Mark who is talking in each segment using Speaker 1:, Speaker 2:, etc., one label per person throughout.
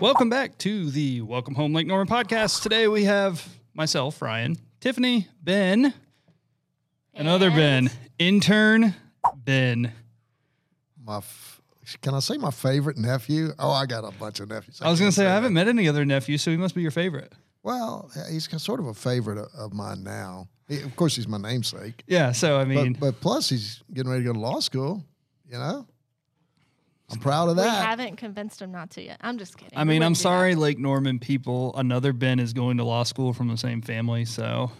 Speaker 1: Welcome back to the Welcome Home Lake Norman podcast. Today we have myself, Ryan, Tiffany, Ben, another Ben, intern Ben.
Speaker 2: my f- can I say my favorite nephew? Oh, I got a bunch of nephews.
Speaker 1: I was going
Speaker 2: can't
Speaker 1: to say, I
Speaker 2: that.
Speaker 1: haven't met any other nephew, so he must be your favorite.
Speaker 2: Well, he's kind- sort of a favorite of- of mine now. He- of course, he's my namesake.
Speaker 1: Yeah, so I mean,
Speaker 2: But, but plus, he's getting ready to go to law school. You know, I'm proud of
Speaker 3: We
Speaker 2: that.
Speaker 3: haven't convinced him not to yet. I'm just kidding.
Speaker 1: I
Speaker 3: We
Speaker 1: mean, I'm
Speaker 3: wouldn't do that.
Speaker 1: sorry, Lake Norman people. Another Ben is going to law school from the same family, so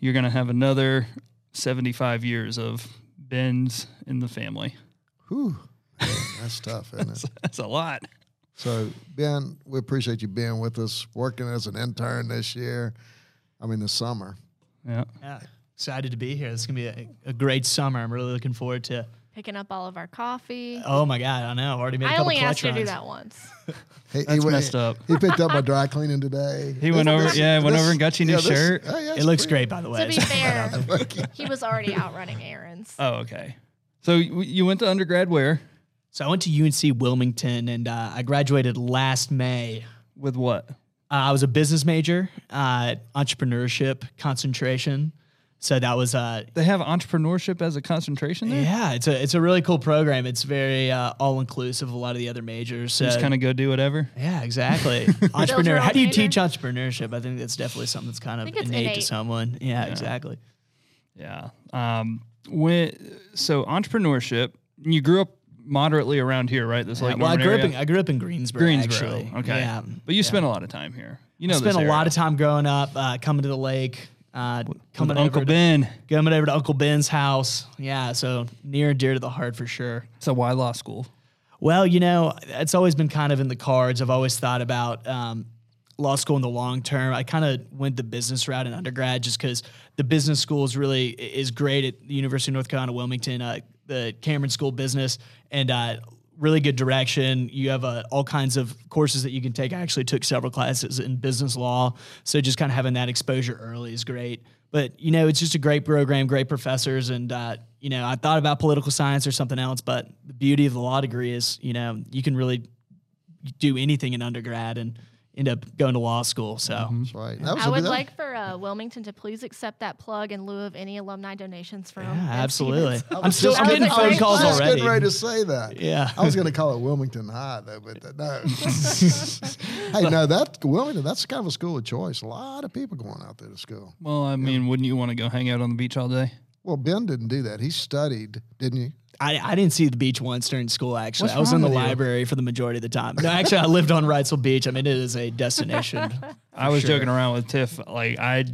Speaker 1: you're going to have another 75 years of Bens in the family.
Speaker 2: Whew, man, that's tough, isn't it?
Speaker 1: That's a lot.
Speaker 2: So, Ben, we appreciate you being with us, working as an intern this year. I mean, this summer.
Speaker 1: Yeah.
Speaker 4: Yeah, excited to be here. This is gonna be a, a great summer. I'm really looking forward to.
Speaker 3: Picking up all of our coffee.
Speaker 4: Oh my god, I know. I've already made. a
Speaker 3: I
Speaker 4: couple
Speaker 3: only
Speaker 4: clutch
Speaker 3: asked you to do
Speaker 4: runs.
Speaker 3: that once.
Speaker 2: He, he
Speaker 1: That's
Speaker 2: went-
Speaker 1: messed up.
Speaker 2: He picked up my dry cleaning today.
Speaker 1: He went over- yeah, he went over and got you a new shirt.
Speaker 2: oh, yeah,
Speaker 4: It
Speaker 2: it's
Speaker 4: looks
Speaker 2: pretty-
Speaker 4: great, by the way.
Speaker 3: to be
Speaker 4: It's-
Speaker 3: fair, he was already out running errands.
Speaker 1: Oh, okay. So you you went to undergrad where?
Speaker 4: So I went to UNC Wilmington, and uh, I graduated last May.
Speaker 1: With what?
Speaker 4: Uh, I was a business major, uh, entrepreneurship concentration. So that was uh,
Speaker 1: They have entrepreneurship as a concentration there?
Speaker 4: yeah, it's a it's a really cool program. It's very uh, all inclusive. of A lot of the other majors. So
Speaker 1: You just kind of go do whatever?
Speaker 4: Yeah, exactly.
Speaker 3: Build your
Speaker 4: Entrepreneur.
Speaker 3: own
Speaker 4: How do you
Speaker 3: cater.
Speaker 4: teach entrepreneurship? I think that's definitely something that's kind of
Speaker 3: think it's
Speaker 4: innate, to
Speaker 3: innate.
Speaker 4: someone. Yeah, exactly.
Speaker 1: Yeah. Um, when, so entrepreneurship, you grew up moderately around here, right? This
Speaker 4: Yeah,
Speaker 1: like
Speaker 4: well, I grew up
Speaker 1: area?
Speaker 4: in I grew up in Greensboro.
Speaker 1: Greensboro.
Speaker 4: actually.
Speaker 1: Okay.
Speaker 4: Yeah.
Speaker 1: But you spent a lot of time here. You know,
Speaker 4: spent a lot of time growing up, uh, coming to the lake, uh, coming over
Speaker 1: Uncle
Speaker 4: to,
Speaker 1: Ben.
Speaker 4: coming over to Uncle Ben's house. Yeah, so near and dear to the heart for sure.
Speaker 1: So why law school?
Speaker 4: Well, you know, it's always been kind of in the cards. I've always thought about um, law school in the long term. I kind of went the business route in undergrad just because the business school is really is great at the University of North Carolina Wilmington, uh, the Cameron School of Business, and uh, really good direction. You have uh, all kinds of courses that you can take. I actually took several classes in business law, so just kind of having that exposure early is great. But you know, it's just a great program, great professors, and uh, you know, I thought about political science or something else. But the beauty of the law degree is, you know, you can really do anything in undergrad and end up going to law school. So
Speaker 2: That's right. That was
Speaker 3: I
Speaker 2: a-
Speaker 3: would
Speaker 2: that-
Speaker 3: like for uh, Wilmington to please accept that plug in lieu of any alumni donations from.
Speaker 4: yeah,
Speaker 3: Ed
Speaker 4: absolutely.
Speaker 3: Stevens.
Speaker 4: I'm still I'm
Speaker 3: just
Speaker 4: getting
Speaker 3: gonna
Speaker 4: phone
Speaker 3: say-
Speaker 4: calls
Speaker 2: I was
Speaker 4: already.
Speaker 2: getting ready to say that.
Speaker 4: Yeah.
Speaker 2: I was going to call it Wilmington High, though, but th- no. hey, no, that Wilmington, that's kind of a school of choice. A lot of people going out there to school.
Speaker 1: Well, I mean, wouldn't you want to go hang out on the beach all day?
Speaker 2: Well, Ben didn't do that. He studied, didn't you?
Speaker 4: I, I didn't see the beach once during school. Actually,
Speaker 1: What's
Speaker 4: I was
Speaker 1: wrong
Speaker 4: in the
Speaker 1: with you?
Speaker 4: library for the majority of the time. No, actually, I lived on Wrightsville Beach. I mean, it is a destination.
Speaker 1: I was
Speaker 4: sure.
Speaker 1: joking around with Tiff. Like, I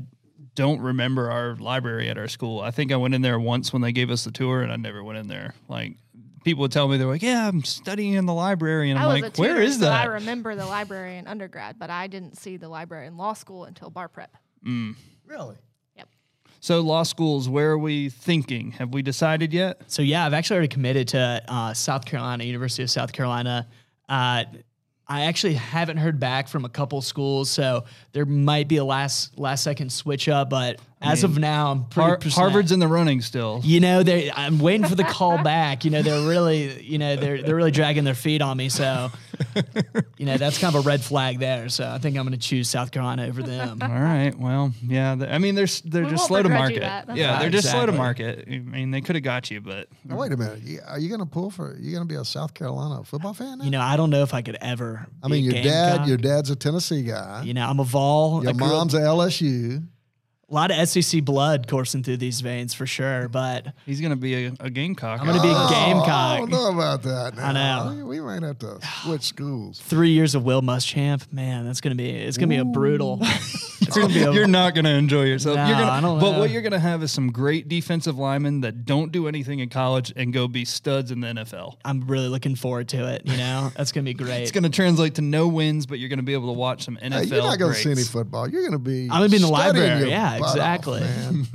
Speaker 1: don't remember our library at our school. I think I went in there once when they gave us the tour, and I never went in there. Like, people would tell me, they're like, yeah, I'm studying in the library. And I'm
Speaker 3: I was a
Speaker 1: like,
Speaker 3: tutor,
Speaker 1: where is
Speaker 3: so I
Speaker 1: that?
Speaker 3: remember the library in undergrad, but I didn't see the library in law school until bar prep.
Speaker 2: Really?
Speaker 1: So, law schools, where are we thinking? Have we decided yet?
Speaker 4: So yeah, I've actually already committed to uh, South Carolina, University of South Carolina. Uh, I actually haven't heard back from a couple schools, so there might be a last last second switch up. But as of now, I'm pretty
Speaker 1: Har-
Speaker 4: percent-
Speaker 1: Harvard's in the running still.
Speaker 4: You know, they I'm waiting for the call back. You know, they're really, you know, they're they're really dragging their feet on me. So, you know, that's kind of a red flag there. So I think I'm going to choose South Carolina over them.
Speaker 1: All right. Well, yeah. th- I mean, they're s- they're
Speaker 3: We
Speaker 1: just slow
Speaker 3: won't
Speaker 1: to
Speaker 3: begrudge
Speaker 1: market.
Speaker 3: you that, that's
Speaker 1: Yeah,
Speaker 4: fine.
Speaker 1: they're just slow to
Speaker 4: Exactly.
Speaker 1: market. I mean, they could have got you, but
Speaker 4: Mm-hmm.
Speaker 2: Now, wait a minute. You- Are you going to pull for, you going to be a South Carolina football fan? Now?
Speaker 4: You know, I don't know if I could ever.
Speaker 2: I mean,
Speaker 4: be a
Speaker 2: your dad,
Speaker 4: Gamecock.
Speaker 2: your dad's a Tennessee guy.
Speaker 4: You know, I'm a Vol. I
Speaker 2: your
Speaker 4: grew up-
Speaker 2: mom's a LSU.
Speaker 4: a lot of SEC blood coursing through these veins for sure. But
Speaker 1: he's gonna be a, a gamecock.
Speaker 4: I'm gonna be a
Speaker 1: Oh.
Speaker 4: Gamecock.
Speaker 2: I don't know about that.
Speaker 4: I
Speaker 2: now.
Speaker 4: know.
Speaker 2: We, we might have to switch schools.
Speaker 4: three years of Will Muschamp, man, that's gonna be it's gonna be a brutal. It's gonna be a,
Speaker 1: You're, you're not gonna enjoy yourself.
Speaker 4: No,
Speaker 1: you're gonna,
Speaker 4: I don't
Speaker 1: but
Speaker 4: know.
Speaker 1: what you're gonna have is some great defensive linemen that don't do anything in college and go be studs in the NFL.
Speaker 4: I'm really looking forward to it. You know, that's gonna be great.
Speaker 1: It's gonna translate to no wins, but you're gonna be able to watch some NFL.
Speaker 2: Hey, you're not going
Speaker 1: greats.
Speaker 2: to see any football. You're going to be.
Speaker 4: I'm gonna be in the
Speaker 2: studying
Speaker 4: library.
Speaker 2: your
Speaker 4: Yeah,
Speaker 2: butt off,
Speaker 4: exactly.
Speaker 2: man.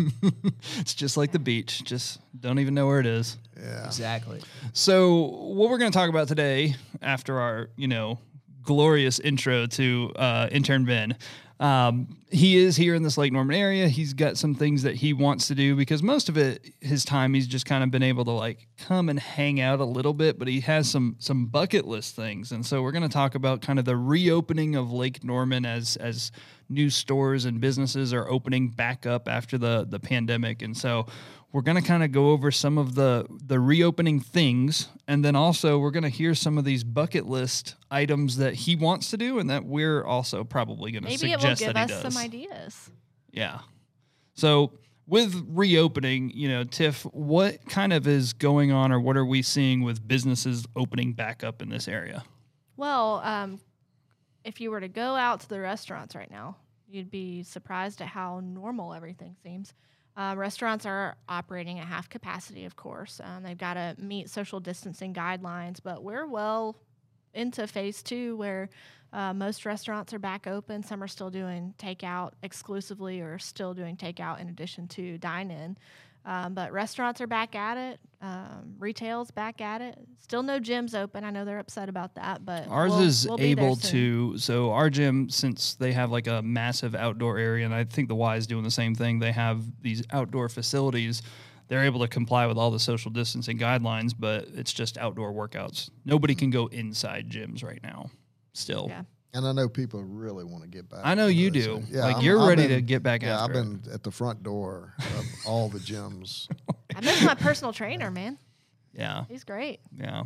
Speaker 1: It's just like the beach. Just don't even know where it is.
Speaker 2: yeah.
Speaker 4: exactly.
Speaker 1: So, what we're going to talk about today, after our you know glorious intro to uh, intern Ben, Um, he is here in this Lake Norman area. He's got some things that he wants to do because most of it, his time, he's just kind of been able to like come and hang out a little bit. But he has some some bucket list things, and so we're going to talk about kind of the reopening of Lake Norman as as new stores and businesses are opening back up after the the pandemic, and so we're going to kind of go over some of the the reopening things and then also we're going to hear some of these bucket list items that he wants to do and that we're also probably going to
Speaker 3: Maybe it
Speaker 1: suggest
Speaker 3: will give
Speaker 1: that
Speaker 3: us
Speaker 1: he does
Speaker 3: some ideas.
Speaker 1: yeah so with reopening you know tiff what kind of is going on or what are we seeing with businesses opening back up in this area
Speaker 3: Well, um, if you were to go out to the restaurants right now, you'd be surprised at how normal everything seems. Uh, restaurants are operating at half capacity, of course. Um, they've got to meet social distancing guidelines, but we're well into phase two where uh, most restaurants are back open. Some are still doing takeout exclusively or still doing takeout in addition to dine in. Um, but restaurants are back at it. Um, retail's back at it. Still no gyms open. I know they're upset about that, but
Speaker 1: Ours
Speaker 3: we'll-
Speaker 1: is
Speaker 3: we'll be there
Speaker 1: able
Speaker 3: soon.
Speaker 1: to. So our gym, since they have like a massive outdoor area, and I think the Y is doing the same thing. They have these outdoor facilities. They're able to comply with all the social distancing guidelines, but it's just outdoor workouts. Nobody can go inside gyms right now. Still,
Speaker 3: Yeah.
Speaker 2: And I know people really want to get back.
Speaker 1: I know
Speaker 2: to
Speaker 1: you
Speaker 2: this.
Speaker 1: do. Like, you're ready to get back
Speaker 2: Yeah,
Speaker 1: after it.
Speaker 2: I've been at the front door of all the gyms.
Speaker 3: I miss my personal trainer, man.
Speaker 1: yeah,
Speaker 3: He's great.
Speaker 1: yeah.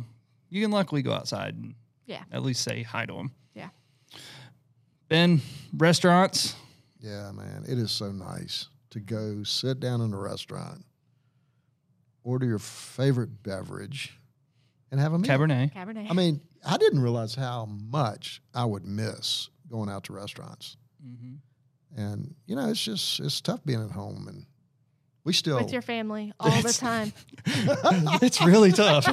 Speaker 1: You can luckily go outside and
Speaker 3: Yeah.
Speaker 1: at least say hi to them.
Speaker 3: Yeah.
Speaker 1: Ben, restaurants.
Speaker 2: Yeah, man, it is so nice to go sit down in a restaurant, order your favorite beverage, and have a
Speaker 3: Mm-hmm.
Speaker 2: meal.
Speaker 1: Cabernet.
Speaker 3: Cabernet.
Speaker 2: I mean, I didn't realize how much I would miss going out to restaurants.
Speaker 3: Mm-hmm.
Speaker 1: Mhm.
Speaker 2: And you know, it's just it's tough being at home, and we still
Speaker 3: with your family all the time.
Speaker 1: it's really tough.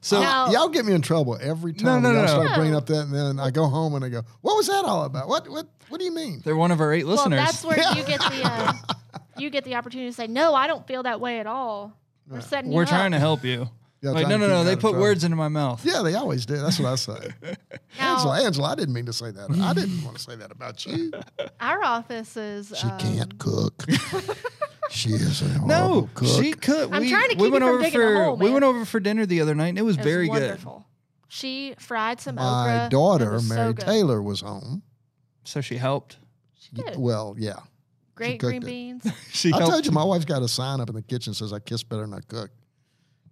Speaker 1: so
Speaker 3: Now-
Speaker 2: y'all get me in trouble every time.
Speaker 1: no,
Speaker 2: y'all
Speaker 1: no, no.
Speaker 2: start bringing up that, and then I go home and I go, "What was that all about? What what what do you mean?"
Speaker 1: they're one of our eight listeners.
Speaker 3: Well, that's where you get the uh, you get the opportunity to say, "No, I don't feel that way at all." We're setting you
Speaker 1: We're
Speaker 3: up.
Speaker 1: trying to help you.
Speaker 2: Yeah,
Speaker 1: like,
Speaker 2: trying
Speaker 1: no, no,
Speaker 2: to keep
Speaker 1: no.
Speaker 2: you
Speaker 1: They
Speaker 2: out of
Speaker 1: put
Speaker 2: trouble.
Speaker 1: words into my mouth.
Speaker 2: Yeah, they always do. That's what I say.
Speaker 3: Now,
Speaker 2: Angela, Angela, I didn't mean to say that. I didn't want to say that about you.
Speaker 3: our office is.
Speaker 2: She
Speaker 3: um,
Speaker 2: can't cook. she is a horrible
Speaker 1: No,
Speaker 2: cook.
Speaker 1: she could.
Speaker 3: I'm
Speaker 1: we,
Speaker 3: trying to
Speaker 1: we
Speaker 3: keep
Speaker 1: went
Speaker 3: you from
Speaker 1: over
Speaker 3: digging a
Speaker 1: for
Speaker 3: hole,
Speaker 1: we went
Speaker 3: man.
Speaker 1: over for dinner the other night, and it was
Speaker 3: It was
Speaker 1: very good.
Speaker 3: wonderful. She fried some okra.
Speaker 2: My
Speaker 3: It
Speaker 2: daughter,
Speaker 3: was so
Speaker 2: Mary
Speaker 3: good.
Speaker 2: Taylor, was home.
Speaker 1: So she helped.
Speaker 3: She did.
Speaker 2: Well, yeah.
Speaker 3: Great
Speaker 2: cooked
Speaker 3: green
Speaker 2: it.
Speaker 3: beans.
Speaker 1: She
Speaker 2: I
Speaker 1: helped.
Speaker 2: told you my wife's got a sign up in the kitchen that says I kiss better than I cook.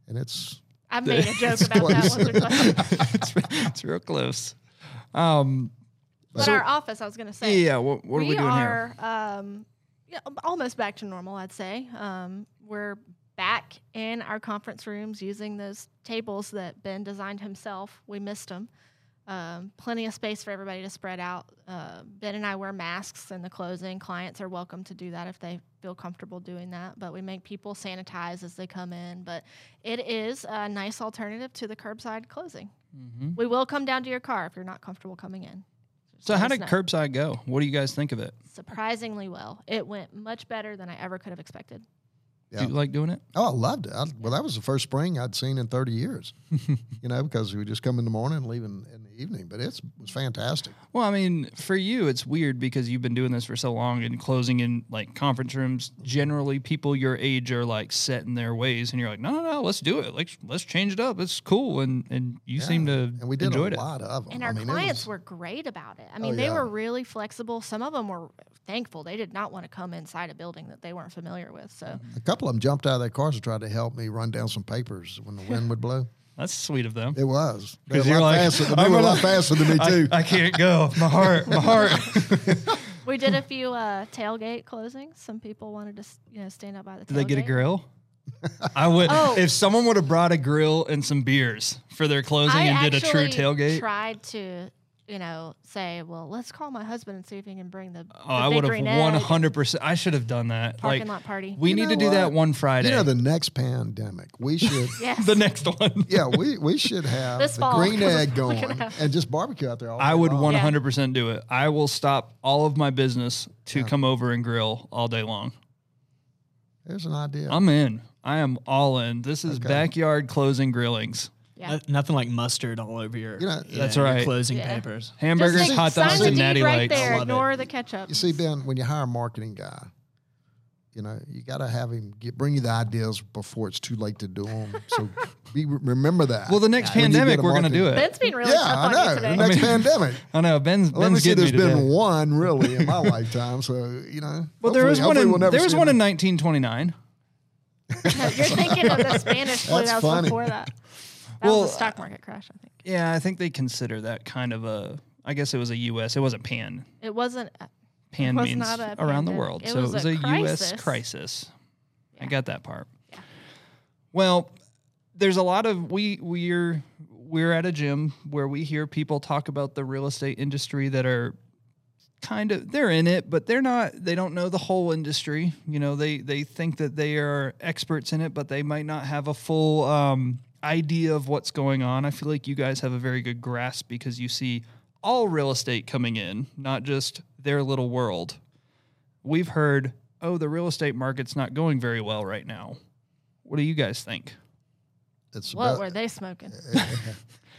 Speaker 2: And it's
Speaker 3: I've made a joke about that
Speaker 2: close.
Speaker 3: once or twice.
Speaker 1: it's, it's real close. Um,
Speaker 3: But
Speaker 1: So-
Speaker 3: our office, I was going to say.
Speaker 1: yeah. What, what are we doing here?
Speaker 3: are, Um, yeah, um, almost back to normal, I'd say. Um, we're back in our conference rooms using those tables that Ben designed himself. We missed them. Um, plenty of space for everybody to spread out. Uh, ben and I wear masks in the closing. Clients are welcome to do that if they feel comfortable doing that. But we make people sanitize as they come in. But it is a nice alternative to the curbside closing.
Speaker 1: Mm-hmm.
Speaker 3: We will come down to your car if you're not comfortable coming in. Just
Speaker 1: So
Speaker 3: let
Speaker 1: how
Speaker 3: us
Speaker 1: did
Speaker 3: know
Speaker 1: curbside go? What do you guys think of it?
Speaker 3: surprisingly well. It went much better than I ever could have expected.
Speaker 2: Yeah.
Speaker 1: Do you like doing it?
Speaker 2: oh, I loved it. I, well, that was the first spring I'd seen in 30 years. you know, because we would just come in the morning and leave in, in the evening. But it's, it was fantastic.
Speaker 1: Well, I mean, for you, it's weird because you've been doing this for so long and closing in like conference rooms. Generally, people your age are like set in their ways, and you're like, no, no, no, let's do it. Like, let's change it up. It's cool, and and you seem to
Speaker 2: and we did
Speaker 1: enjoyed
Speaker 2: a
Speaker 1: it.
Speaker 2: lot of them.
Speaker 3: And our
Speaker 2: I mean, it
Speaker 3: clients
Speaker 2: was-
Speaker 3: were great about it. I mean,
Speaker 2: Oh,
Speaker 3: they
Speaker 2: yeah.
Speaker 3: were really flexible. Some of them were thankful they did not want to come inside a building that they weren't familiar with. So
Speaker 1: Mm-hmm.
Speaker 2: a couple of them jumped out of their cars and tried to help me run down some papers when the wind would blow.
Speaker 1: That's sweet of them.
Speaker 2: It was. They were
Speaker 1: 'Cause
Speaker 2: a
Speaker 1: you're
Speaker 2: lot
Speaker 1: like,
Speaker 2: faster, they
Speaker 1: I'm
Speaker 2: were a lot
Speaker 1: gonna-
Speaker 2: faster than me, too.
Speaker 1: I can't go. My heart, my heart.
Speaker 3: we did a few uh, tailgate closings. Some people wanted to, s- you know, stand out by the.
Speaker 1: Did they get a
Speaker 3: tailgate.
Speaker 1: grill? I would
Speaker 3: Oh.
Speaker 1: if someone would have brought a grill and some beers for their closing
Speaker 3: I
Speaker 1: and did a true
Speaker 3: actually
Speaker 1: tailgate.
Speaker 3: Tried to, you know, say, well, let's call my husband and see if he can bring the.
Speaker 1: oh, I would have one hundred percent. I should have done that.
Speaker 3: Parking
Speaker 1: like,
Speaker 3: lot party.
Speaker 1: We
Speaker 2: You
Speaker 1: need to
Speaker 2: know
Speaker 1: do that
Speaker 2: what?
Speaker 1: one Friday.
Speaker 2: You know, the next pandemic, we should.
Speaker 3: Yes.
Speaker 1: the next one.
Speaker 2: Yeah, we, we should have
Speaker 3: This
Speaker 2: the
Speaker 3: fall,
Speaker 2: green
Speaker 3: 'cause
Speaker 2: egg
Speaker 3: we're
Speaker 2: going
Speaker 3: gonna have-
Speaker 2: and just barbecue out there. All
Speaker 1: I
Speaker 2: day
Speaker 1: would
Speaker 2: long.
Speaker 1: 100% do it. I will stop all of my business to come over and grill all day long.
Speaker 2: There's an idea.
Speaker 1: I'm in. I am all in. This is
Speaker 2: Okay.
Speaker 1: backyard closing grillings.
Speaker 3: Yeah.
Speaker 4: No- nothing like mustard all over your,
Speaker 2: You know,
Speaker 1: That's
Speaker 4: your
Speaker 1: right.
Speaker 4: closing
Speaker 3: Yeah.
Speaker 4: papers.
Speaker 1: Hamburgers,
Speaker 3: Just
Speaker 1: hot
Speaker 3: sign
Speaker 1: dogs,
Speaker 3: the
Speaker 1: and
Speaker 3: deed
Speaker 1: natty
Speaker 3: right
Speaker 1: lights.
Speaker 3: there.
Speaker 4: Love it.
Speaker 3: Ignore the ketchup.
Speaker 2: You see, Ben, when you hire a marketing guy, you know you got to have him get, bring you the ideas before it's too late to do them. So be remember that.
Speaker 1: Well, the next
Speaker 2: When you get
Speaker 1: pandemic,
Speaker 2: a
Speaker 1: we're going to
Speaker 2: marketing-
Speaker 1: do it.
Speaker 3: Ben's been really
Speaker 2: yeah,
Speaker 3: tough on
Speaker 2: I
Speaker 3: you
Speaker 2: know. The
Speaker 3: today.
Speaker 1: I
Speaker 2: next
Speaker 1: mean,
Speaker 2: pandemic.
Speaker 1: I know. Ben's,
Speaker 2: Let me
Speaker 1: Ben's
Speaker 2: see.
Speaker 1: getting me
Speaker 2: There's been
Speaker 1: today.
Speaker 2: one really in my lifetime, so you know.
Speaker 1: Well, there
Speaker 2: hopefully-
Speaker 1: was one
Speaker 2: hopefully
Speaker 1: in,
Speaker 2: we'll never
Speaker 1: there was
Speaker 2: see
Speaker 1: one
Speaker 2: it.
Speaker 1: in 1929.
Speaker 3: No, you're thinking of the Spanish flu
Speaker 2: That's
Speaker 3: that was
Speaker 2: funny.
Speaker 3: before that. That
Speaker 1: Well,
Speaker 3: was a stock market crash, I think.
Speaker 1: Yeah, I think they consider that kind of a. I guess it was a U.S. It wasn't pan.
Speaker 3: It wasn't. uh,
Speaker 1: Pan
Speaker 3: was
Speaker 1: means
Speaker 3: not a
Speaker 1: around the
Speaker 3: pandemic.
Speaker 1: world,
Speaker 3: It
Speaker 1: so
Speaker 3: was
Speaker 1: it was
Speaker 3: a
Speaker 1: a, U.S.
Speaker 3: crisis.
Speaker 1: crisis. I
Speaker 3: Yeah.
Speaker 1: got that part.
Speaker 3: Yeah.
Speaker 1: Well, there's a lot of we we're we're at a gym where we hear people talk about the real estate industry that are kind of they're in it but they're not they don't know the whole industry you know they they think that they are experts in it but they might not have a full um, idea of what's going on i feel like you guys have a very good grasp because you see all real estate coming in not just their little world we've heard oh the real estate market's not going very well right now what do you guys think
Speaker 2: It's
Speaker 3: What
Speaker 2: about- Mm-hmm.
Speaker 3: were they smoking?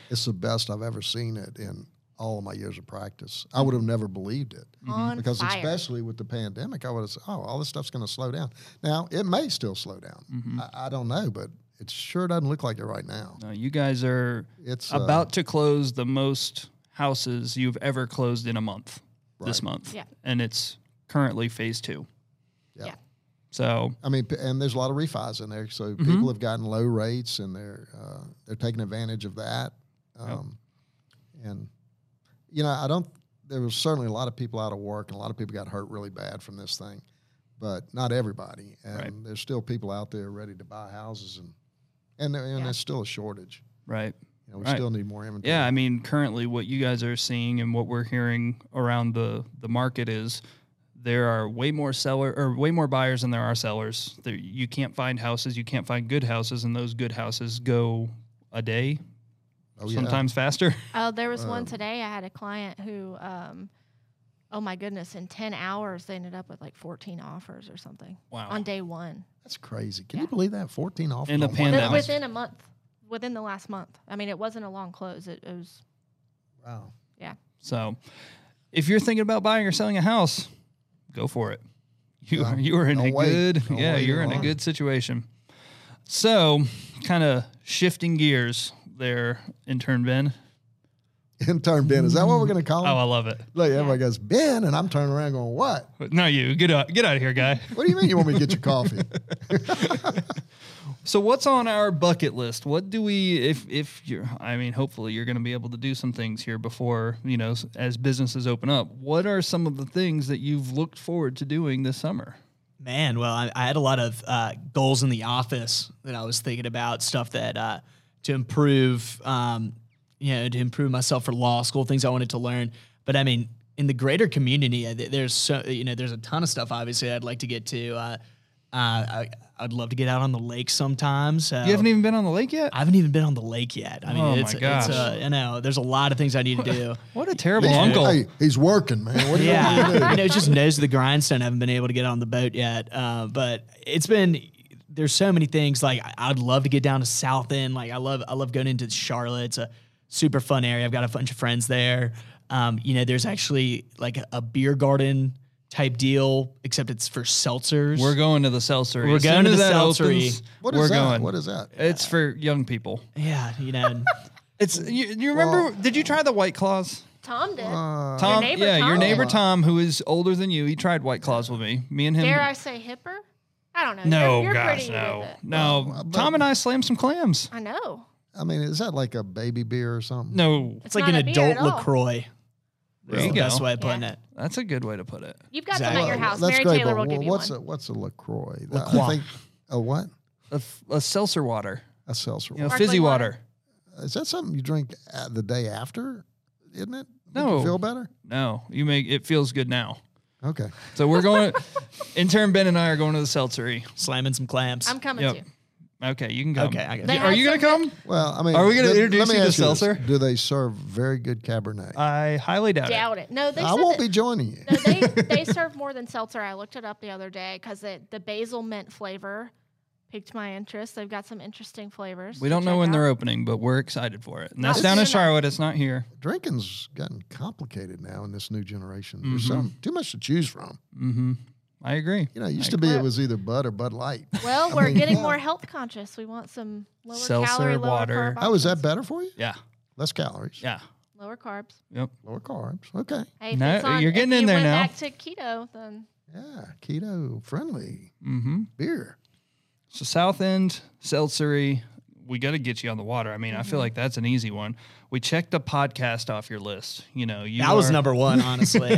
Speaker 2: it's the best I've ever seen it in all of my years of practice. I would have never believed it
Speaker 3: On
Speaker 2: because,
Speaker 3: fire.
Speaker 2: especially with the pandemic, I would have said, "Oh, all this stuff's going to slow down." Now it may still slow down.
Speaker 1: Mm-hmm.
Speaker 2: I, I don't know, but it sure doesn't look like it right now.
Speaker 1: no, Uh, you guys are
Speaker 2: It's uh,
Speaker 1: about to close the most houses you've ever closed in a month this
Speaker 2: Right.
Speaker 1: month.
Speaker 3: Yeah.
Speaker 1: And it's currently phase two.
Speaker 2: Yeah.
Speaker 3: Yeah.
Speaker 1: So
Speaker 2: I mean, p- and there's a lot of refis in there, so
Speaker 1: Mm-hmm.
Speaker 2: people have gotten low rates, and they're uh, they're taking advantage of that. Um, And you know, I don't. There was certainly a lot of people out of work, and a lot of people got hurt really bad from this thing, but not everybody. And
Speaker 1: Right.
Speaker 2: there's still people out there ready to buy houses, and and there, and
Speaker 3: Yeah.
Speaker 2: there's still a shortage.
Speaker 1: right.
Speaker 2: You know, we
Speaker 1: Right.
Speaker 2: still need more inventory.
Speaker 1: Yeah, I mean, currently what you guys are seeing and what we're hearing around the the market is there are way more seller or way more buyers than there are sellers. There, you can't find houses, you can't find good houses, and those good houses go a day,
Speaker 2: Oh, yeah.
Speaker 1: sometimes faster.
Speaker 3: Oh, there was one
Speaker 2: Um,
Speaker 3: today. I had a client who, um, oh my goodness, in 10 hours, they ended up with like 14 offers or something
Speaker 1: Wow.
Speaker 3: on day one.
Speaker 2: that's crazy. Can
Speaker 3: Yeah.
Speaker 2: you believe that? Fourteen offers
Speaker 1: In a
Speaker 2: on one
Speaker 1: And
Speaker 3: Wi-
Speaker 1: that
Speaker 2: house.
Speaker 1: was-
Speaker 3: within a month, within the last month. I mean, it wasn't a long close. It, it was,
Speaker 2: Wow.
Speaker 3: yeah.
Speaker 1: So, if you're thinking about buying or selling a house, go for it. You
Speaker 2: Yeah.
Speaker 1: are you are in
Speaker 2: Don't
Speaker 1: a
Speaker 2: wait.
Speaker 1: good
Speaker 2: Don't
Speaker 1: yeah
Speaker 2: wait
Speaker 1: you're in a
Speaker 2: long.
Speaker 1: good situation. So, kind of shifting gears there, intern Ben.
Speaker 2: Intern Ben, is that what we're going to
Speaker 1: Oh,
Speaker 2: call him?
Speaker 1: I love it.
Speaker 2: Look, everybody goes Ben, and I'm turning around going, "What?
Speaker 1: No, you get out get out of here, guy.
Speaker 2: What do you mean you want me to get your coffee?
Speaker 1: So, what's on our bucket list? What do we if if you're I mean, hopefully you're going to be able to do some things here before you know s- as businesses open up. What are some of the things that you've looked forward to doing this summer?
Speaker 4: Man, well, I, I had a lot of uh, goals in the office that I was thinking about stuff that uh, to improve, um, you know, to improve myself for law school, things I wanted to learn. But I mean, in the greater community, uh, th- there's so you know, there's a ton of stuff. Obviously, I'd like to get to. Uh, uh, I, I'd love to get out on the lake sometimes. So.
Speaker 1: You haven't even been on the lake yet.
Speaker 4: Um, I haven't even been on the lake yet. I mean,
Speaker 1: Oh my
Speaker 4: it's,
Speaker 1: gosh.
Speaker 4: it's uh, you know, there's a lot of things I need to do.
Speaker 1: What a terrible
Speaker 2: He's-
Speaker 1: uncle.
Speaker 2: Hey, he's working, man. What do you want me to do?
Speaker 4: yeah, you know, just nose to the grindstone. I haven't been able to get on the boat yet, uh, but it's been. There's so many things. Like I- I'd love to get down to South End. Like I love, I love going into Charlotte. It's a super fun area. I've got a bunch of friends there. Um, you know, there's actually like a beer garden type deal, except it's for seltzers.
Speaker 1: We're going to the seltzery.
Speaker 4: We're
Speaker 1: As soon
Speaker 4: going to
Speaker 1: as
Speaker 4: the
Speaker 1: that
Speaker 4: seltzery.
Speaker 1: opens,
Speaker 2: What is
Speaker 1: we're
Speaker 2: that?
Speaker 1: going.
Speaker 2: What is that?
Speaker 1: It's for young people.
Speaker 4: yeah, you know,
Speaker 1: It's you, you remember? did you try the White Claws?
Speaker 3: Tom did.
Speaker 2: Uh,
Speaker 1: Tom,
Speaker 3: neighbor
Speaker 1: yeah, your
Speaker 3: Tom.
Speaker 1: neighbor Tom, who is older than you, he tried White Claws with me. Me and him.
Speaker 3: Dare I say hipper? I don't know.
Speaker 1: no,
Speaker 3: you're, you're
Speaker 1: gosh,
Speaker 3: pretty
Speaker 1: no,
Speaker 3: With it.
Speaker 1: no.
Speaker 2: Well, but-
Speaker 1: Tom and I slammed some clams.
Speaker 3: I know.
Speaker 2: I mean, is that like a baby beer or something?
Speaker 1: No,
Speaker 4: it's like
Speaker 3: not
Speaker 4: an
Speaker 3: a beer
Speaker 4: adult
Speaker 3: at all.
Speaker 4: Lacroix.
Speaker 1: there
Speaker 4: That's
Speaker 1: you
Speaker 4: the
Speaker 1: go.
Speaker 4: best way of putting
Speaker 3: Yeah.
Speaker 4: it.
Speaker 1: That's a good way to put it.
Speaker 3: You've got
Speaker 4: Exactly.
Speaker 3: them at your house.
Speaker 2: That's
Speaker 3: Mary
Speaker 2: great,
Speaker 3: Taylor
Speaker 2: but
Speaker 3: will give
Speaker 2: wh-
Speaker 3: you
Speaker 2: what's
Speaker 3: one.
Speaker 2: A, what's a LaCroix? I-
Speaker 4: LaCroix.
Speaker 2: I think, a what?
Speaker 1: A, f- a seltzer water,
Speaker 2: A seltzer.
Speaker 1: you know,
Speaker 2: water.
Speaker 3: Sparkling
Speaker 1: fizzy
Speaker 3: water?
Speaker 1: water.
Speaker 2: Is that something you drink uh, the day after? Isn't it? Make
Speaker 1: No.
Speaker 2: You feel better?
Speaker 1: No, you make it feels good now.
Speaker 2: Okay.
Speaker 1: So we're going. intern Ben and I are going to the seltzery.
Speaker 4: Slamming some clams.
Speaker 3: I'm coming
Speaker 1: Yep.
Speaker 3: to.
Speaker 1: Okay, you can come.
Speaker 4: okay, I got
Speaker 3: They
Speaker 1: Are
Speaker 3: had
Speaker 1: you gonna
Speaker 3: some
Speaker 1: come?
Speaker 2: Well, I mean,
Speaker 1: Are we gonna
Speaker 2: let-
Speaker 1: introduce
Speaker 2: let me
Speaker 1: you to
Speaker 2: ask this.
Speaker 1: seltzer? Uh,
Speaker 2: Do they serve very good Cabernet?
Speaker 1: I highly doubt it.
Speaker 3: Doubt it. No, they
Speaker 2: I
Speaker 3: said
Speaker 2: won't
Speaker 3: that-
Speaker 2: be joining you.
Speaker 3: No, they, they serve more than seltzer. I looked it up the other day because the basil mint flavor piqued my interest. They've got some interesting flavors.
Speaker 1: We
Speaker 3: to
Speaker 1: don't know
Speaker 3: check
Speaker 1: when they're
Speaker 3: out.
Speaker 1: opening, but we're excited for it. And that's
Speaker 3: Not
Speaker 1: down in
Speaker 3: soon.
Speaker 1: Charlotte. It's not here.
Speaker 2: Drinking's gotten complicated now in this new generation.
Speaker 1: Mhm.
Speaker 2: There's so, too much to choose from.
Speaker 1: Mm-hmm. I agree.
Speaker 2: You know, it used
Speaker 1: I
Speaker 2: to be
Speaker 3: agree.
Speaker 2: it was either Bud or Bud Light.
Speaker 3: Well,
Speaker 2: I
Speaker 3: we're
Speaker 2: mean,
Speaker 3: getting
Speaker 2: yeah.
Speaker 3: more health conscious. We want some lower
Speaker 1: Seltzer,
Speaker 3: calorie, lower
Speaker 1: water.
Speaker 3: Carb
Speaker 2: Oh, is that
Speaker 3: options.
Speaker 2: better for you?
Speaker 1: Yeah.
Speaker 2: Less calories,
Speaker 1: Yeah.
Speaker 3: Lower carbs.
Speaker 1: Yep.
Speaker 2: lower carbs. Okay.
Speaker 3: Hey, if
Speaker 1: No,
Speaker 3: it's on-
Speaker 1: you're
Speaker 3: if
Speaker 1: getting in
Speaker 3: you
Speaker 1: there
Speaker 3: went
Speaker 1: now.
Speaker 3: Back to keto, then
Speaker 2: Yeah, keto friendly
Speaker 1: Mm-hmm.
Speaker 2: beer.
Speaker 1: So South End, Seltzery, we got to get you on the water. I mean,
Speaker 4: Mm-hmm.
Speaker 1: I feel like that's an easy one. We checked the podcast off your list. You know, you
Speaker 4: that was
Speaker 1: are-
Speaker 4: number one, honestly.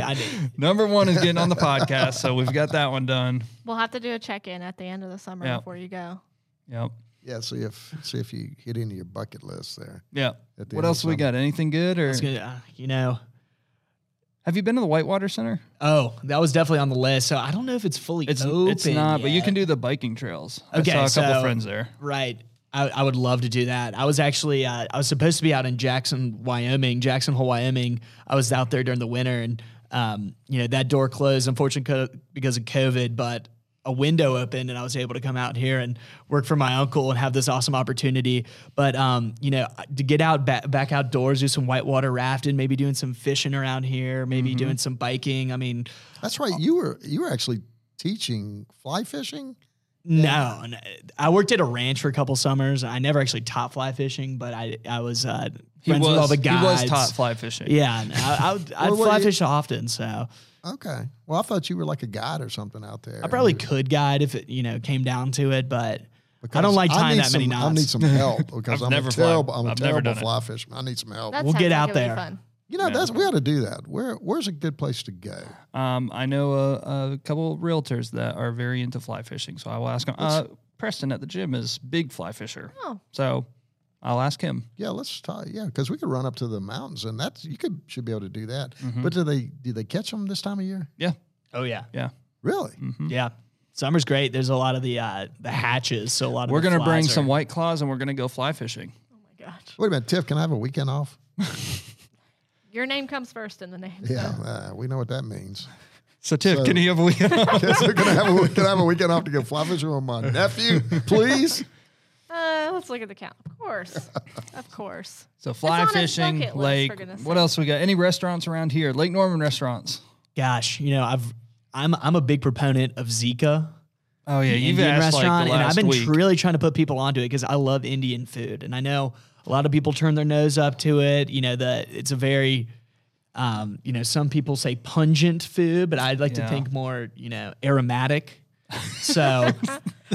Speaker 4: I did.
Speaker 1: number one is getting on the podcast. So we've got that one done.
Speaker 3: we'll have to do a check in at the end of the summer
Speaker 1: Yeah.
Speaker 3: before you go.
Speaker 1: Yep.
Speaker 2: Yeah, see if see if you hit into your bucket list there.
Speaker 1: Yep.
Speaker 2: At the
Speaker 1: What
Speaker 2: end of
Speaker 1: else we
Speaker 2: summer.
Speaker 1: got? Anything good or
Speaker 4: It's good, uh, you know.
Speaker 1: have you been to the Whitewater Center?
Speaker 4: Oh, that was definitely on the list. So I don't know if it's fully
Speaker 1: It's
Speaker 4: open.
Speaker 1: it's not, but you
Speaker 4: yet.
Speaker 1: can do the biking trails.
Speaker 4: Okay,
Speaker 1: I saw a couple
Speaker 4: so-
Speaker 1: friends there.
Speaker 4: Right. I, I would love to do that. I was actually uh, I was supposed to be out in Jackson, Wyoming, Jackson Hole, Wyoming. I was out there during the winter, and um, you know that door closed, unfortunately, co- because of COVID. But a window opened, and I was able to come out here and work for my uncle and have this awesome opportunity. But um, you know, to get out back, back outdoors, do some whitewater rafting, maybe doing some fishing around here, maybe
Speaker 1: Mm-hmm.
Speaker 4: doing some biking. I mean,
Speaker 2: That's
Speaker 1: Oh.
Speaker 2: right. You were you were actually teaching fly fishing.
Speaker 4: No, no, I worked at a ranch for a couple summers. I never actually top fly fishing, but I I was uh,
Speaker 1: He
Speaker 4: friends with all
Speaker 1: was
Speaker 4: the
Speaker 1: he
Speaker 4: guys.
Speaker 1: was taught fly fishing.
Speaker 4: Yeah, and I, I would, I'd
Speaker 2: Well, what
Speaker 4: fly
Speaker 2: you-
Speaker 4: fish often, so
Speaker 2: Okay. Well, I thought you were like a guide or something out there.
Speaker 4: I probably could guide if it you know came down to it, but I
Speaker 2: Because
Speaker 4: don't like tying
Speaker 2: need
Speaker 4: that many
Speaker 2: some- I need
Speaker 4: knots.
Speaker 2: some help
Speaker 1: I've
Speaker 2: because I'm
Speaker 1: never
Speaker 2: a
Speaker 1: flown.
Speaker 2: terrible I'm a
Speaker 1: I've never
Speaker 2: terrible
Speaker 1: done it.
Speaker 2: fly fisherman. I need some help.
Speaker 3: That
Speaker 4: We'll
Speaker 3: sounds
Speaker 4: get
Speaker 3: like
Speaker 4: out
Speaker 3: it would be
Speaker 4: there.
Speaker 3: Fun.
Speaker 2: you know,
Speaker 1: No.
Speaker 2: that's we ought to do that. Where where's a good place to go?
Speaker 1: Um, I know a, a couple of realtors that are very into fly fishing, so I will ask them. Uh, Preston at the gym is big fly fisher,
Speaker 3: Oh,
Speaker 1: so I'll ask him.
Speaker 2: Yeah, let's tie. Yeah, because we could run up to the mountains, and that's you could should be able to do that.
Speaker 1: Mm-hmm.
Speaker 2: But do they do they catch them this time of year?
Speaker 1: Yeah,
Speaker 4: Oh yeah,
Speaker 1: yeah.
Speaker 2: Really?
Speaker 1: Mm-hmm. Mhm.
Speaker 4: yeah. Summer's great. There's a lot of the uh, the hatches, so a lot of
Speaker 1: We're
Speaker 4: the
Speaker 1: gonna
Speaker 4: flies
Speaker 1: bring
Speaker 4: are-
Speaker 1: some white claws and we're gonna go fly fishing.
Speaker 3: oh my gosh.
Speaker 2: Wait a minute, Tiff. Can I have a weekend off?
Speaker 3: Your name comes first in the name.
Speaker 2: Yeah,
Speaker 3: So.
Speaker 2: uh, we know what that means.
Speaker 1: So Tiff,
Speaker 2: So-
Speaker 1: can you have a weekend? off?
Speaker 2: Yes, we're gonna have a, we can I have a weekend off to go fly fishing with my nephew, please.
Speaker 3: Uh, let's look at the count. Of course. of course.
Speaker 1: so fly
Speaker 3: on his
Speaker 1: fishing,
Speaker 3: bucket list,
Speaker 1: lake.
Speaker 3: for goodness
Speaker 1: What
Speaker 3: sake.
Speaker 1: else we got? Any restaurants around here? Lake Norman restaurants.
Speaker 4: Gosh, you know I've I'm I'm a big proponent of Zika.
Speaker 1: Oh yeah,
Speaker 4: the
Speaker 1: you've
Speaker 4: Indian
Speaker 1: asked like
Speaker 4: restaurant,
Speaker 1: the
Speaker 4: and I've
Speaker 1: last
Speaker 4: been
Speaker 1: week.
Speaker 4: really trying to put people onto it because I love Indian food, and I know a lot of people turn their nose up to it. You know that it's a very, um, you know, some people say pungent food, but I'd like
Speaker 1: Yeah.
Speaker 4: to think more, you know, aromatic. So,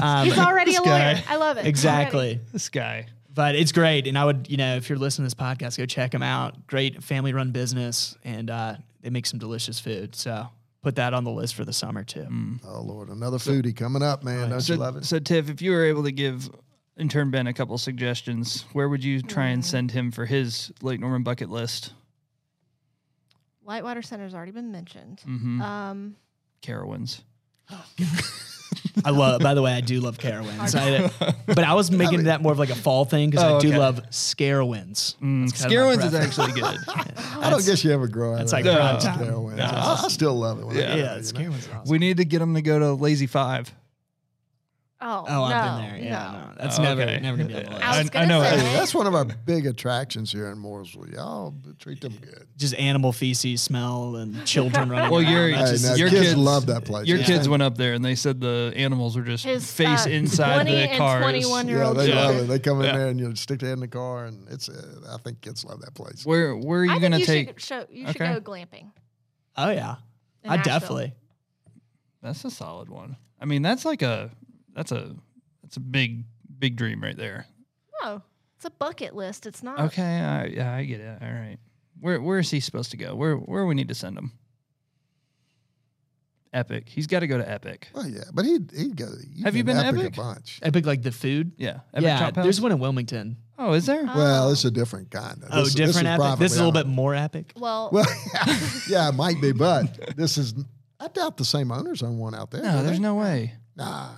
Speaker 4: um,
Speaker 3: He's already
Speaker 1: This
Speaker 3: a lawyer.
Speaker 1: guy.
Speaker 3: I love it. Already.
Speaker 4: exactly.
Speaker 1: this guy.
Speaker 4: But it's great, and I would, you know, if you're listening to this podcast, go check them out. Great family-run business, and uh, they make some delicious food. So put that on the list for the summer too.
Speaker 1: Mm.
Speaker 2: Oh Lord, another foodie coming up, man. Don't you love
Speaker 1: So,
Speaker 2: it?
Speaker 1: so Tiff, if you were able to give intern Ben a couple suggestions, where would you try
Speaker 3: Mm.
Speaker 1: and send him for his Lake Norman bucket list?
Speaker 3: Whitewater Center's already been mentioned.
Speaker 1: Mm-hmm.
Speaker 3: Um,
Speaker 1: Carowinds.
Speaker 4: I love. By the way, I do love carowinds. I, but I was making that more of like a fall thing because
Speaker 1: Oh,
Speaker 4: I do
Speaker 1: okay.
Speaker 4: love scarewinds.
Speaker 1: Mm,
Speaker 4: That's kind of my
Speaker 1: Scarewinds is
Speaker 4: preference.
Speaker 1: actually good.
Speaker 2: I don't guess you ever grow out.
Speaker 4: that's
Speaker 2: of
Speaker 4: like
Speaker 2: that.
Speaker 4: prime
Speaker 1: No.
Speaker 4: time.
Speaker 2: Tailwind. I, I still love it. When I
Speaker 1: Yeah.
Speaker 2: go
Speaker 4: Yeah,
Speaker 2: there, you know?
Speaker 4: scarewinds. Are awesome.
Speaker 1: we need to get him to go to Lazy Five.
Speaker 3: oh,
Speaker 4: oh,
Speaker 3: no,
Speaker 4: I've been there. Yeah,
Speaker 3: no.
Speaker 4: no, that's
Speaker 1: Oh,
Speaker 4: never
Speaker 1: okay.
Speaker 4: never gonna be on the list.
Speaker 3: I was
Speaker 1: I-
Speaker 3: gonna
Speaker 1: I know it
Speaker 3: say,
Speaker 1: is.
Speaker 2: Hey, that's one of our big attractions here in Mooresville. Y'all treat them good.
Speaker 4: Just animal feces smell and children running.
Speaker 1: Well,
Speaker 4: around.
Speaker 1: you're-
Speaker 4: That's
Speaker 2: Hey,
Speaker 1: just-
Speaker 2: now,
Speaker 1: your
Speaker 2: kids,
Speaker 1: kids-
Speaker 2: love that place.
Speaker 1: Your
Speaker 2: Yeah.
Speaker 1: kids went up there and they said the animals were just
Speaker 3: His,
Speaker 1: face
Speaker 3: uh,
Speaker 1: inside
Speaker 3: 20
Speaker 1: the
Speaker 3: and
Speaker 1: cars.
Speaker 3: 21 year
Speaker 2: Yeah,
Speaker 3: old
Speaker 2: they
Speaker 1: Yeah.
Speaker 2: love it. They come in
Speaker 1: Yeah.
Speaker 2: there and you stick their head in the car, and it's. Uh, I think kids love that place.
Speaker 1: Where where are
Speaker 3: I
Speaker 1: you
Speaker 3: think
Speaker 1: gonna
Speaker 3: you
Speaker 1: take?
Speaker 3: Should, show, you
Speaker 1: Okay.
Speaker 3: should go glamping.
Speaker 4: oh yeah,
Speaker 3: in
Speaker 4: I
Speaker 3: Asheville.
Speaker 4: definitely.
Speaker 1: That's a solid one. I mean, that's like a that's a that's a big big dream right there.
Speaker 3: No, Oh, it's a bucket list. It's not.
Speaker 1: Okay, I, yeah, I get it. All right, where where is he supposed to go? Where where we need to send him? Epic. He's got to go to Epic.
Speaker 2: Well, Oh, yeah, but he he go. you've
Speaker 1: Have you been to
Speaker 2: epic,
Speaker 1: Epic?
Speaker 2: a bunch?
Speaker 4: I pick like the food.
Speaker 1: Yeah, Epic
Speaker 4: yeah,
Speaker 1: Chop House.
Speaker 4: there's one in Wilmington.
Speaker 1: Oh, is there?
Speaker 3: Uh,
Speaker 2: Well, it's a different kind. Of,
Speaker 4: Oh,
Speaker 2: this,
Speaker 4: different
Speaker 2: This is,
Speaker 4: epic. This is a little
Speaker 2: privately
Speaker 4: bit more epic.
Speaker 3: Well,
Speaker 2: owned. Well, yeah, it might be, but this is. I doubt the same owners own one out there.
Speaker 1: no,
Speaker 2: do
Speaker 1: there's
Speaker 2: they?
Speaker 1: no way.
Speaker 2: Nah,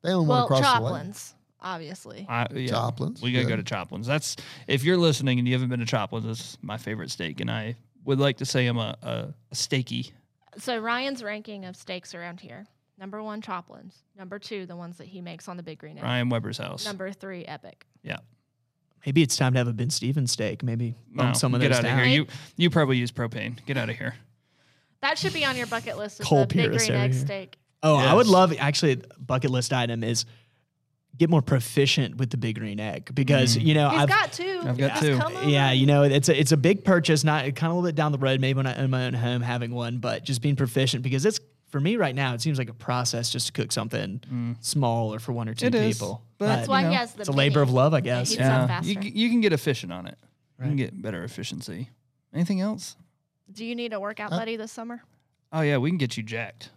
Speaker 2: they own
Speaker 3: well,
Speaker 2: one across the lake.
Speaker 3: Choplin's, obviously.
Speaker 1: I, yeah.
Speaker 2: Choplin's,
Speaker 1: We gotta go
Speaker 2: yeah.
Speaker 1: to Choplin's. That's if you're listening and you haven't been to Choplin's. That's my favorite steak, and I would like to say I'm a a, a steaky.
Speaker 3: So Ryan's ranking of steaks around here Number one, Choplin's. Number two, the ones that he makes on the Big Green Egg.
Speaker 1: Ryan Weber's house.
Speaker 3: Number three, Epic.
Speaker 1: yeah.
Speaker 4: Maybe it's time to have a Ben Stevens steak. Maybe bump
Speaker 1: No,
Speaker 4: some of
Speaker 1: get
Speaker 4: those
Speaker 1: out of
Speaker 4: down.
Speaker 1: here. You you probably use propane. Get out of here.
Speaker 3: That should be on your bucket list. Is
Speaker 4: Cole
Speaker 3: the Big
Speaker 4: Pierce
Speaker 3: Green
Speaker 4: over
Speaker 3: Egg
Speaker 4: here.
Speaker 3: steak.
Speaker 4: Oh, I would
Speaker 1: Yes.
Speaker 4: love actually bucket list item is get more proficient with the big green egg because
Speaker 1: Mm.
Speaker 4: you know
Speaker 3: He's
Speaker 4: I've
Speaker 3: got two.
Speaker 1: I've got
Speaker 3: Just
Speaker 1: two.
Speaker 3: come over.
Speaker 4: yeah you know it's a it's a big purchase not kind of a little bit down the road maybe when I own my own home having one but just being proficient because it's for me right now it seems like a process just to cook something small or for one or two
Speaker 1: Mm. It is,
Speaker 4: people
Speaker 1: but-
Speaker 3: That's
Speaker 1: you
Speaker 3: why
Speaker 1: know,
Speaker 3: he has the.
Speaker 4: it's a labor of
Speaker 3: mini.
Speaker 4: love I
Speaker 3: Yeah,
Speaker 4: guess
Speaker 3: he's- It's not
Speaker 1: you,
Speaker 3: faster.
Speaker 1: c- you can get efficient on it. You can get better efficiency. Anything else?
Speaker 3: Do you need a workout
Speaker 2: Huh?
Speaker 3: buddy this summer?
Speaker 1: Oh yeah, we can get you jacked.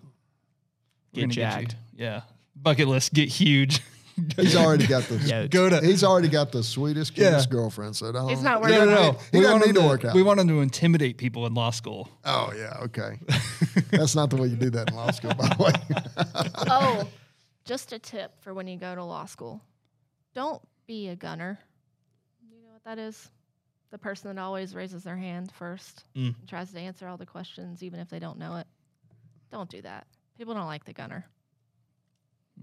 Speaker 1: We're
Speaker 4: Get
Speaker 1: gonna you-
Speaker 4: jacked.
Speaker 1: yeah. Bucket list. Get huge.
Speaker 2: He's already got the
Speaker 4: Yeah, it's-
Speaker 1: Go to.
Speaker 2: he's already got the sweetest,
Speaker 1: Yeah.
Speaker 2: cutest girlfriend. So don't.
Speaker 3: It's not
Speaker 2: he
Speaker 3: working
Speaker 1: no,
Speaker 2: doesn't
Speaker 1: no,
Speaker 3: out.
Speaker 1: no.
Speaker 2: need- He doesn't
Speaker 1: want
Speaker 2: need
Speaker 1: him
Speaker 2: to work out.
Speaker 1: We want him to intimidate people in law school.
Speaker 2: oh yeah, okay. That's not the way you do that in law school, by the way.
Speaker 3: oh, just a tip for when you go to law school. Don't be a gunner. You know what that is? The person that always raises their hand first
Speaker 4: Mm.
Speaker 3: and tries to answer all the questions, even if they don't know it. Don't do that. People don't like the gunner.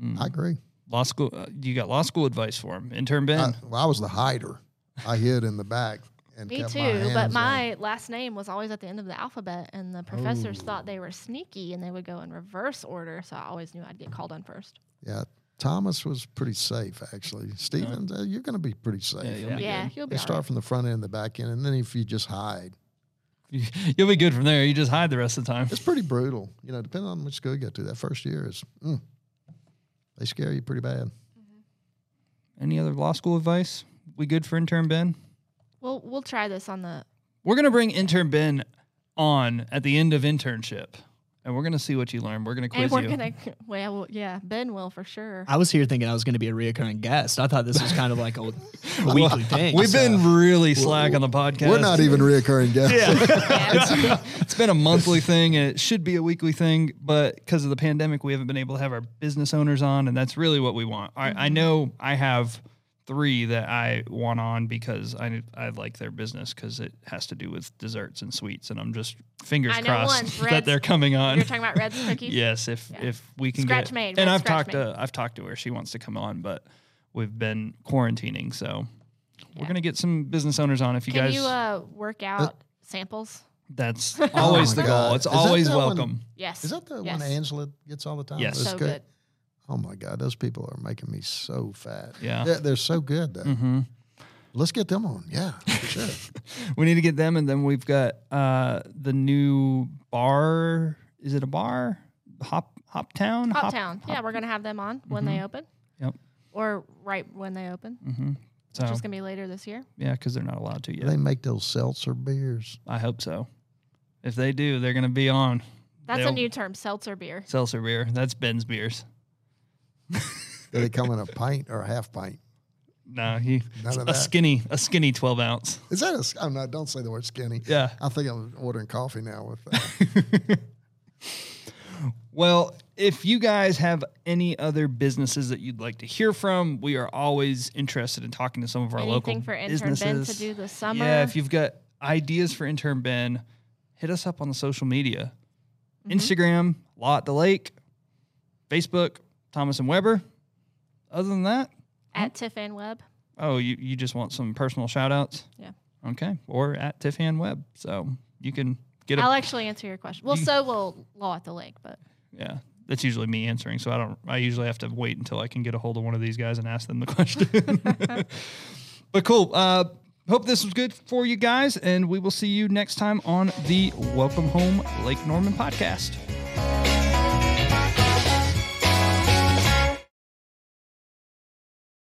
Speaker 1: Mm.
Speaker 2: I agree.
Speaker 1: law school. Uh, you got law school advice for him. Intern Ben.
Speaker 2: I, well, I was the hider. I hid in the back and
Speaker 3: Me
Speaker 2: kept
Speaker 3: too,
Speaker 2: my hands
Speaker 3: but
Speaker 2: on-
Speaker 3: my last name was always at the end of the alphabet, and the professors thought they were sneaky and they would go in reverse order, so I always knew I'd get called on first.
Speaker 2: yeah. Thomas was pretty safe actually. Stevens, uh, you're going to be pretty safe.
Speaker 1: Yeah, you'll be
Speaker 3: yeah,
Speaker 1: good.
Speaker 3: you'll be
Speaker 2: They
Speaker 3: all
Speaker 2: start from the front end, the back end, and then if you just hide,
Speaker 1: You'll be good from there. You just hide the rest of the time.
Speaker 2: it's pretty brutal. You know, depending on which school you go to, that first year is mm, they scare you pretty bad.
Speaker 1: Any other law school advice? We good for intern Ben?
Speaker 3: right. We'll we'll try this on the
Speaker 1: We're gonna bring intern Ben on at the end of internship, and we're gonna see what you learn. We're gonna quiz
Speaker 3: and we're
Speaker 1: you.
Speaker 3: gonna well yeah Ben will for sure.
Speaker 4: I was here thinking I was going to be a reoccurring guest I thought this was kind of like a, a weekly thing
Speaker 1: We've
Speaker 4: so-
Speaker 1: been really slack on the podcast.
Speaker 2: We're not even reoccurring guests.
Speaker 1: it's been a monthly thing and it should be a weekly thing but because of the pandemic we haven't been able to have our business owners on and that's really what we want i, I
Speaker 3: Mm-hmm.
Speaker 1: know i have three that i want on because i, I like their business because it has to do with desserts and sweets and i'm just fingers
Speaker 3: I know one,
Speaker 1: crossed that
Speaker 3: Red's-
Speaker 1: they're coming on
Speaker 3: You're talking about Red's cookies.
Speaker 1: yes if
Speaker 3: Yeah.
Speaker 1: if we can
Speaker 3: Scratch
Speaker 1: get
Speaker 3: made,
Speaker 1: and
Speaker 3: Red's
Speaker 1: i've
Speaker 3: scratch
Speaker 1: talked to i've talked to her she wants to come on but we've been quarantining so we're
Speaker 3: Yeah.
Speaker 1: gonna get some business owners on if you
Speaker 3: Can
Speaker 1: guys
Speaker 3: you uh, work out samples?
Speaker 1: that's always
Speaker 2: Oh my
Speaker 1: the goal
Speaker 2: God.
Speaker 1: it's
Speaker 2: Is that
Speaker 1: always
Speaker 2: that one-
Speaker 1: welcome
Speaker 3: Yes.
Speaker 2: Is that the
Speaker 3: Yes.
Speaker 2: one Angela gets all the time?
Speaker 1: Yes.
Speaker 2: Those
Speaker 3: so
Speaker 2: cook-
Speaker 3: good.
Speaker 2: Oh my God, those people are making me so fat.
Speaker 1: Yeah. Mm-hmm.
Speaker 2: they're, they're so good. Though. Let's get them on. Yeah, for sure.
Speaker 1: We need to get them, and then we've got uh, the new bar. Is it a bar? Hop Hoptown.
Speaker 3: Hop Town. yeah, we're gonna have them on when they open.
Speaker 1: Yep.
Speaker 3: Or right when they open,
Speaker 1: So
Speaker 3: which is gonna be later this year.
Speaker 1: yeah, because they're not allowed to yet.
Speaker 2: they make those seltzer beers.
Speaker 1: I hope so. If they do, they're gonna be on.
Speaker 3: That's
Speaker 1: They'll-
Speaker 3: a new term, seltzer beer.
Speaker 1: seltzer beer. That's Ben's beers.
Speaker 2: Do they come in a pint or a half pint?
Speaker 1: No, he
Speaker 2: None of
Speaker 1: a
Speaker 2: that.
Speaker 1: skinny a skinny twelve ounce.
Speaker 2: Is that a? s- I'm not. Don't say the word skinny.
Speaker 1: Yeah.
Speaker 2: I think I'm ordering coffee now with uh, that.
Speaker 1: Well, if you guys have any other businesses that you'd like to hear from, we are always interested in talking to some of our
Speaker 3: Anything
Speaker 1: local
Speaker 3: for intern
Speaker 1: businesses.
Speaker 3: Ben to do this summer.
Speaker 1: Yeah, if you've got ideas for intern Ben, hit us up on the social media. Instagram, Law at the Lake, Facebook, Thomas and Weber. Other than that,
Speaker 3: At Tiff and Webb.
Speaker 1: oh, you, you just want some personal shout outs?
Speaker 3: Yeah.
Speaker 1: Okay. Or at Tiff and Webb. So you can get a
Speaker 3: I'll actually answer your question. Well, so will Law at the Lake, but
Speaker 1: yeah. That's usually me answering, so I don't. I usually have to wait until I can get a hold of one of these guys and ask them the question. but cool. Uh, hope this was good for you guys, and we will see you next time on the Welcome Home Lake Norman podcast.